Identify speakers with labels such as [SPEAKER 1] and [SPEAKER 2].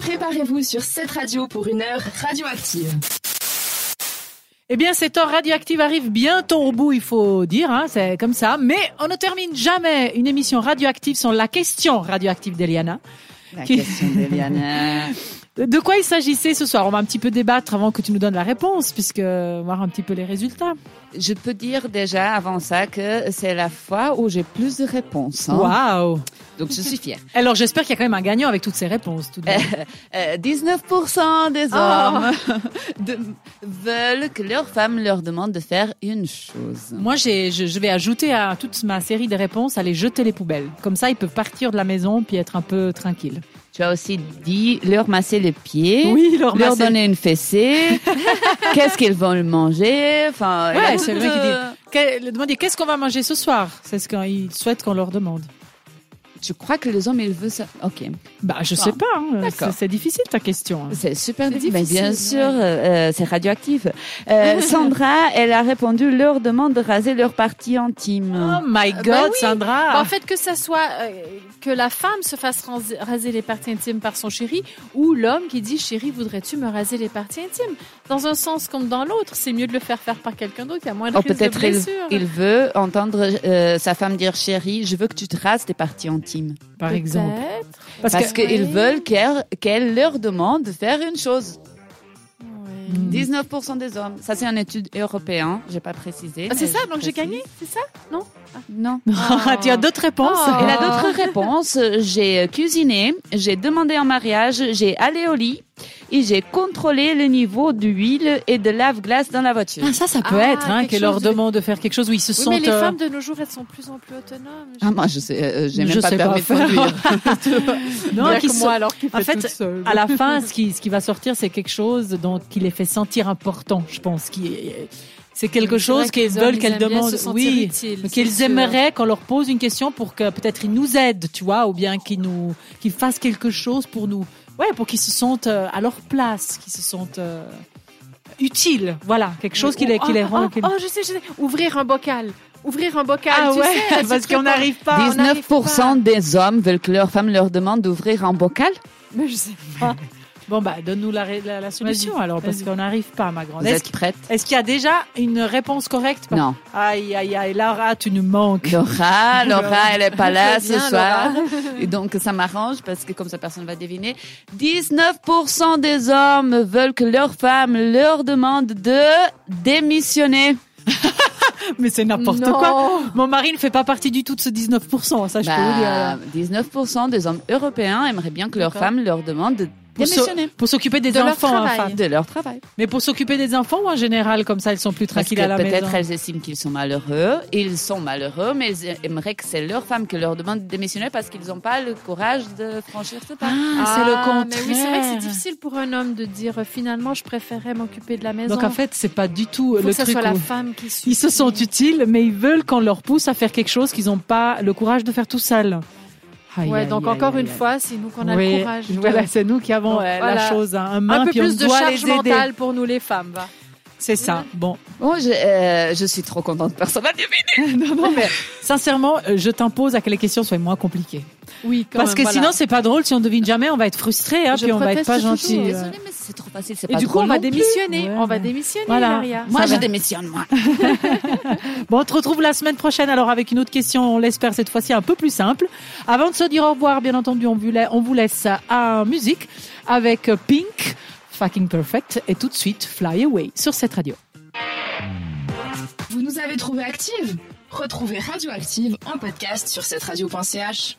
[SPEAKER 1] Préparez-vous sur cette radio pour une heure radioactive.
[SPEAKER 2] Eh bien, cette heure radioactive arrive bientôt au bout, il faut dire, hein, c'est comme ça. Mais on ne termine jamais une émission radioactive sans la question radioactive d'Eliana.
[SPEAKER 3] La question d'Eliana.
[SPEAKER 2] De quoi il s'agissait ce soir On va un petit peu débattre avant que tu nous donnes la réponse, puisque euh, voir un petit peu les résultats.
[SPEAKER 3] Je peux dire déjà avant ça que c'est la fois où j'ai plus de réponses. hein.
[SPEAKER 2] Waouh
[SPEAKER 3] Donc je suis fière.
[SPEAKER 2] Alors j'espère qu'il y a quand même un gagnant avec toutes ces réponses. Tout de même.
[SPEAKER 3] Euh, 19% des
[SPEAKER 2] Oh.
[SPEAKER 3] hommes de- veulent que leur femme leur demande de faire une chose.
[SPEAKER 2] Moi, j'ai, je, je vais ajouter à toute ma série de réponses, aller jeter les poubelles. Comme ça, ils peuvent partir de la maison puis être un peu tranquilles.
[SPEAKER 3] Tu as aussi dit leur masser les pieds.
[SPEAKER 2] Oui, leur,
[SPEAKER 3] Leur
[SPEAKER 2] masser-
[SPEAKER 3] donner une fessée. Qu'est-ce qu'ils vont manger Enfin, il y a
[SPEAKER 2] Ouais,
[SPEAKER 3] tout,
[SPEAKER 2] c'est vrai qu'ils
[SPEAKER 3] euh,
[SPEAKER 2] Que- leur demander qu'est-ce qu'on va manger ce soir. C'est ce qu'ils souhaitent qu'on leur demande.
[SPEAKER 3] Tu crois que les hommes ils veulent ça Ok,
[SPEAKER 2] Bah, je
[SPEAKER 3] Ah,
[SPEAKER 2] sais pas. hein.
[SPEAKER 3] d'accord.
[SPEAKER 2] C'est, c'est difficile ta question. hein.
[SPEAKER 3] c'est super
[SPEAKER 2] C'est
[SPEAKER 3] difficile. Mais bien
[SPEAKER 2] difficile,
[SPEAKER 3] sûr, euh, euh, c'est radioactif. Euh, Sandra, elle a répondu leur demande de raser leur partie
[SPEAKER 2] Oh
[SPEAKER 3] intime.
[SPEAKER 2] my God,
[SPEAKER 4] bah oui.
[SPEAKER 2] Sandra.
[SPEAKER 4] Bah, en fait, que ça soit euh, que la femme se fasse ras- raser les parties intimes par son chéri ou l'homme qui dit chéri, voudrais-tu me raser les parties intimes Dans un sens comme dans l'autre, c'est mieux de le faire faire par quelqu'un d'autre. Il y a moins de
[SPEAKER 3] Oh,
[SPEAKER 4] risque de
[SPEAKER 3] peut-être il,
[SPEAKER 4] blessure.
[SPEAKER 3] il veut entendre euh, sa femme dire chérie, je veux que tu te rases tes parties intimes.
[SPEAKER 4] euh,
[SPEAKER 2] par exemple.
[SPEAKER 4] Peut-être.
[SPEAKER 2] Parce,
[SPEAKER 3] Parce
[SPEAKER 2] que,
[SPEAKER 3] qu'ils
[SPEAKER 4] Ouais.
[SPEAKER 3] veulent qu'elle qu'elle leur demande de faire une chose.
[SPEAKER 4] Ouais.
[SPEAKER 2] Mm.
[SPEAKER 3] 19% des hommes. Ça, c'est une étude européenne. J'ai pas précisé.
[SPEAKER 4] Ah, c'est
[SPEAKER 3] mais
[SPEAKER 4] ça,
[SPEAKER 3] je
[SPEAKER 4] donc j'ai
[SPEAKER 3] précise.
[SPEAKER 4] gagné, c'est ça
[SPEAKER 3] Non.
[SPEAKER 4] Ah.
[SPEAKER 2] tu as d'autres réponses.
[SPEAKER 4] Oh.
[SPEAKER 3] Elle a d'autres réponses. J'ai cuisiné, j'ai demandé en mariage, j'ai allé au lit et j'ai contrôlé le niveau d'huile et de lave-glace dans la voiture.
[SPEAKER 2] Ah, ça, ça peut
[SPEAKER 4] Ah,
[SPEAKER 2] être, hein,
[SPEAKER 4] quelque
[SPEAKER 2] qu'elle leur
[SPEAKER 4] chose de-
[SPEAKER 2] demande de faire quelque chose où ils se
[SPEAKER 4] Oui,
[SPEAKER 2] sentent.
[SPEAKER 4] mais les
[SPEAKER 2] euh,
[SPEAKER 4] femmes de nos jours, elles sont de plus en plus autonomes.
[SPEAKER 3] Ah, moi, je sais, euh, j'ai même
[SPEAKER 2] je
[SPEAKER 3] pas
[SPEAKER 2] sais
[SPEAKER 3] de permis de
[SPEAKER 2] faire.
[SPEAKER 3] conduire.
[SPEAKER 2] euh, non, qu'ils se-
[SPEAKER 4] alors
[SPEAKER 2] En fait, à la fin, ce qui, ce qui va sortir, c'est quelque chose dont, qui les fait sentir importants, je pense. Qui, c'est quelque chose qu'elles veulent qu'elles demandent. Oui. mais Qu'elles aimeraient qu'on leur pose une question pour que peut-être ils nous aident, tu vois, ou bien qu'ils nous, qu'ils fassent quelque chose pour nous. Ouais, pour qu'ils se sentent euh, à leur place, qu'ils se sentent euh, utiles. Voilà, quelque chose qui les, qui les
[SPEAKER 4] oh,
[SPEAKER 2] rend.
[SPEAKER 4] oh,
[SPEAKER 2] qui-
[SPEAKER 4] oh, je sais, je sais. Ouvrir un bocal. Ouvrir un bocal.
[SPEAKER 2] Ah
[SPEAKER 4] tu
[SPEAKER 2] ouais,
[SPEAKER 4] sais, là, tu
[SPEAKER 2] parce
[SPEAKER 4] te
[SPEAKER 2] qu'on
[SPEAKER 4] prépares.
[SPEAKER 2] n'arrive pas.
[SPEAKER 4] Dis- on n'arrive
[SPEAKER 3] 19% des hommes veulent que leur femme leur demande d'ouvrir un bocal.
[SPEAKER 4] Mais je sais
[SPEAKER 2] Bon, bah, donne-nous la, ré- la- la solution alors, parce
[SPEAKER 4] vas-y.
[SPEAKER 2] qu'on n'arrive pas, ma grande.
[SPEAKER 3] Vous
[SPEAKER 2] Est-ce
[SPEAKER 3] êtes prête
[SPEAKER 2] est-ce qu'il y a déjà une réponse correcte
[SPEAKER 3] Non.
[SPEAKER 2] Aïe, aïe, aïe, Lara, tu nous manques.
[SPEAKER 3] Laura, Laura, elle est pas là ce
[SPEAKER 4] bien,
[SPEAKER 3] soir. Et donc, ça m'arrange parce que comme ça, personne va deviner. 19% des hommes veulent que leur femme leur demande de démissionner.
[SPEAKER 2] Mais c'est n'importe
[SPEAKER 4] Non.
[SPEAKER 2] quoi. Mon mari ne fait pas partie du tout de ce 19%, ça Ah, je peux vous
[SPEAKER 3] Bah,
[SPEAKER 2] dire.
[SPEAKER 3] 19% des hommes européens aimeraient bien que leur
[SPEAKER 2] D'accord.
[SPEAKER 3] femme leur demande de
[SPEAKER 2] Pour s'o-
[SPEAKER 3] démissionner
[SPEAKER 2] Pour s'occuper des
[SPEAKER 4] De leur
[SPEAKER 2] enfants,
[SPEAKER 4] travail.
[SPEAKER 2] enfin.
[SPEAKER 3] de leur travail.
[SPEAKER 2] Mais pour s'occuper des enfants, en général, comme ça, ils sont plus
[SPEAKER 3] Parce que
[SPEAKER 2] tranquilles à la maison.
[SPEAKER 3] peut-être elles estiment qu'ils sont malheureux, ils sont malheureux, mais ils aimeraient que c'est leur femme qui leur demande de démissionner parce qu'ils n'ont pas le courage de franchir ce pas.
[SPEAKER 2] Ah, c'est le
[SPEAKER 4] Ah,
[SPEAKER 2] contraire.
[SPEAKER 4] Mais oui, c'est vrai que c'est difficile pour un homme de dire euh, finalement, je préférais m'occuper de la maison.
[SPEAKER 2] Donc en fait, c'est pas du tout
[SPEAKER 4] Faut
[SPEAKER 2] le
[SPEAKER 4] que ça
[SPEAKER 2] truc
[SPEAKER 4] soit la
[SPEAKER 2] où-
[SPEAKER 4] femme qui suit.
[SPEAKER 2] Ils se sont utiles, mais ils veulent qu'on leur pousse à faire quelque chose qu'ils n'ont pas le courage de faire tout seuls. Aïe,
[SPEAKER 4] Ouais,
[SPEAKER 2] aïe,
[SPEAKER 4] donc
[SPEAKER 2] aïe,
[SPEAKER 4] encore
[SPEAKER 2] aïe,
[SPEAKER 4] une
[SPEAKER 2] aïe.
[SPEAKER 4] fois, c'est nous qu'on a
[SPEAKER 2] Oui,
[SPEAKER 4] le courage. de-
[SPEAKER 2] Voilà, c'est nous qui avons
[SPEAKER 4] Donc,
[SPEAKER 2] euh, la
[SPEAKER 4] voilà.
[SPEAKER 2] chose, hein, un main,
[SPEAKER 4] Un peu
[SPEAKER 2] puis on
[SPEAKER 4] plus de
[SPEAKER 2] doit
[SPEAKER 4] charge
[SPEAKER 2] les aider.
[SPEAKER 4] mentale pour nous les femmes, va.
[SPEAKER 2] C'est ça. Bon,
[SPEAKER 3] Bon, je, euh, je suis trop contente, personne n'a deviné.
[SPEAKER 2] non, non, mais sincèrement, euh, je t'impose à que les questions soient moins compliquées.
[SPEAKER 4] Oui,
[SPEAKER 2] Parce que sinon, c'est pas drôle. Si on devine jamais, on va être frustré, hein,
[SPEAKER 4] Je
[SPEAKER 2] puis on va être
[SPEAKER 4] proteste
[SPEAKER 2] pas
[SPEAKER 4] toujours,
[SPEAKER 2] gentil.
[SPEAKER 4] désolée.
[SPEAKER 2] euh.
[SPEAKER 3] Désolée, mais c'est trop facile, c'est
[SPEAKER 2] Et
[SPEAKER 3] pas
[SPEAKER 2] du coup,
[SPEAKER 3] drôle
[SPEAKER 2] on
[SPEAKER 4] on va
[SPEAKER 3] non plus.
[SPEAKER 4] démissionner,
[SPEAKER 2] Ouais,
[SPEAKER 4] on va
[SPEAKER 2] mais-
[SPEAKER 4] démissionner,
[SPEAKER 2] Voilà.
[SPEAKER 4] Ilaria.
[SPEAKER 3] Moi,
[SPEAKER 2] Ça
[SPEAKER 3] je
[SPEAKER 2] va.
[SPEAKER 3] démissionne, moi.
[SPEAKER 2] Bon, on te retrouve la semaine prochaine alors avec une autre question, on l'espère cette fois-ci un peu plus simple. Avant de se dire au revoir, bien entendu, on vous la- on vous laisse à musique avec Pink, Fucking Perfect, et tout de suite Fly Away sur cette radio.
[SPEAKER 1] Vous nous avez trouvé active Retrouvez Radioactive en podcast sur cette radio.ch.